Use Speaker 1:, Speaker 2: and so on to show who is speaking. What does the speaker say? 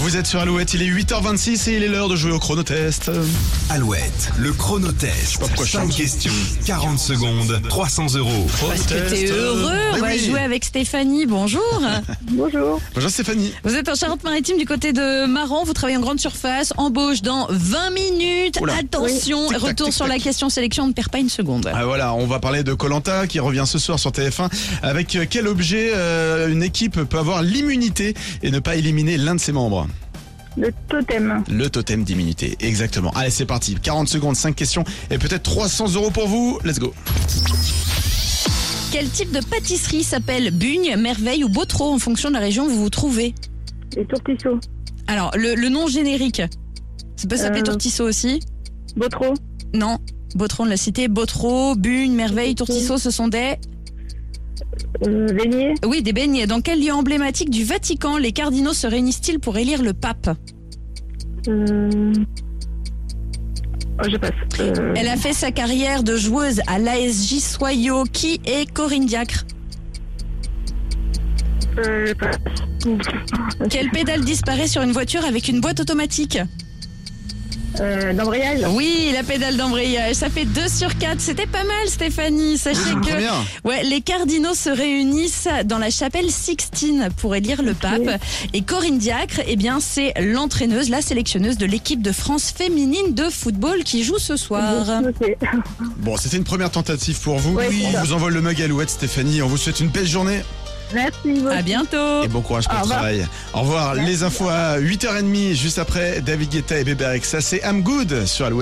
Speaker 1: Vous êtes sur Alouette, il est 8h26 et il est l'heure de jouer au chronotest.
Speaker 2: Alouette, le chronotest.
Speaker 1: pourquoi je
Speaker 2: 5
Speaker 1: chante.
Speaker 2: questions, 40 secondes, 300 euros.
Speaker 3: Parce que t'es heureux, on
Speaker 1: euh, Mais
Speaker 3: va
Speaker 1: Bah oui.
Speaker 3: jouer avec Stéphanie, bonjour.
Speaker 4: Bonjour.
Speaker 1: Bonjour Stéphanie.
Speaker 3: vous êtes en Charente-Maritime du côté de Maron, vous travaillez en grande surface, embauche dans 20 minutes.
Speaker 1: Oula.
Speaker 3: Attention,
Speaker 1: Tic-tac,
Speaker 3: retour sur la
Speaker 1: tic-tac.
Speaker 3: question sélection, on ne perd pas une seconde.
Speaker 1: Ah, voilà, on va parler de Colanta qui revient ce soir sur TF1. Avec euh, quel objet euh, une équipe peut avoir l'immunité et ne pas éliminer l'un de ses membres
Speaker 4: Le totem.
Speaker 1: Le totem d'immunité, exactement. Allez, c'est parti. 40 secondes, 5 questions et peut-être 300 euros pour vous. Let's go.
Speaker 3: Quel type de pâtisserie s'appelle Bugne, Merveille ou Botro en fonction de la région où vous vous trouvez
Speaker 4: Les tourtisseaux.
Speaker 3: Alors, le, le nom générique, ça peut s'appeler
Speaker 4: Euh.
Speaker 3: Tourtisseau aussi
Speaker 4: Botro.
Speaker 3: Non, Botro, on l'a cité. Botro, Bugne, Merveille, Tourtisseau, ce sont des...
Speaker 4: Euh, Vénier.
Speaker 3: Oui, des beignets. Dans quel lieu emblématique du Vatican les cardinaux se réunissent-ils pour élire le pape
Speaker 4: Euh... oh, je passe. Euh,
Speaker 3: Elle a fait sa carrière de joueuse à l'ASJ Soyaux. Qui est Corinne Diacre
Speaker 4: euh, je passe.
Speaker 3: Quelle pédale disparaît sur une voiture avec une boîte automatique
Speaker 4: Euh, d'embrayage.
Speaker 3: Oui, la pédale d'embrayage. Ça fait 2 sur 4. C'était pas mal, Stéphanie. Sachez
Speaker 1: Très
Speaker 3: que
Speaker 1: bien.
Speaker 3: ouais, les cardinaux se réunissent dans la chapelle Sixtine pour élire le pape. Et Corinne Diacre, eh bien, c'est l'entraîneuse, la sélectionneuse de l'équipe de France féminine de football qui joue ce soir.
Speaker 4: Ok.
Speaker 1: Bon, c'était une première tentative pour vous.
Speaker 4: Ouais, c'est
Speaker 1: on
Speaker 4: ça.
Speaker 1: vous envoie le mug Alouette, Stéphanie. On vous souhaite une belle journée.
Speaker 4: Merci. beaucoup.
Speaker 3: À bientôt.
Speaker 1: Et bon courage pour
Speaker 4: Au
Speaker 1: le
Speaker 4: revoir.
Speaker 1: travail. Au revoir. Les infos à 8h30, juste après David Guetta et Bébé Rexa. C'est I'm Good sur Alouette.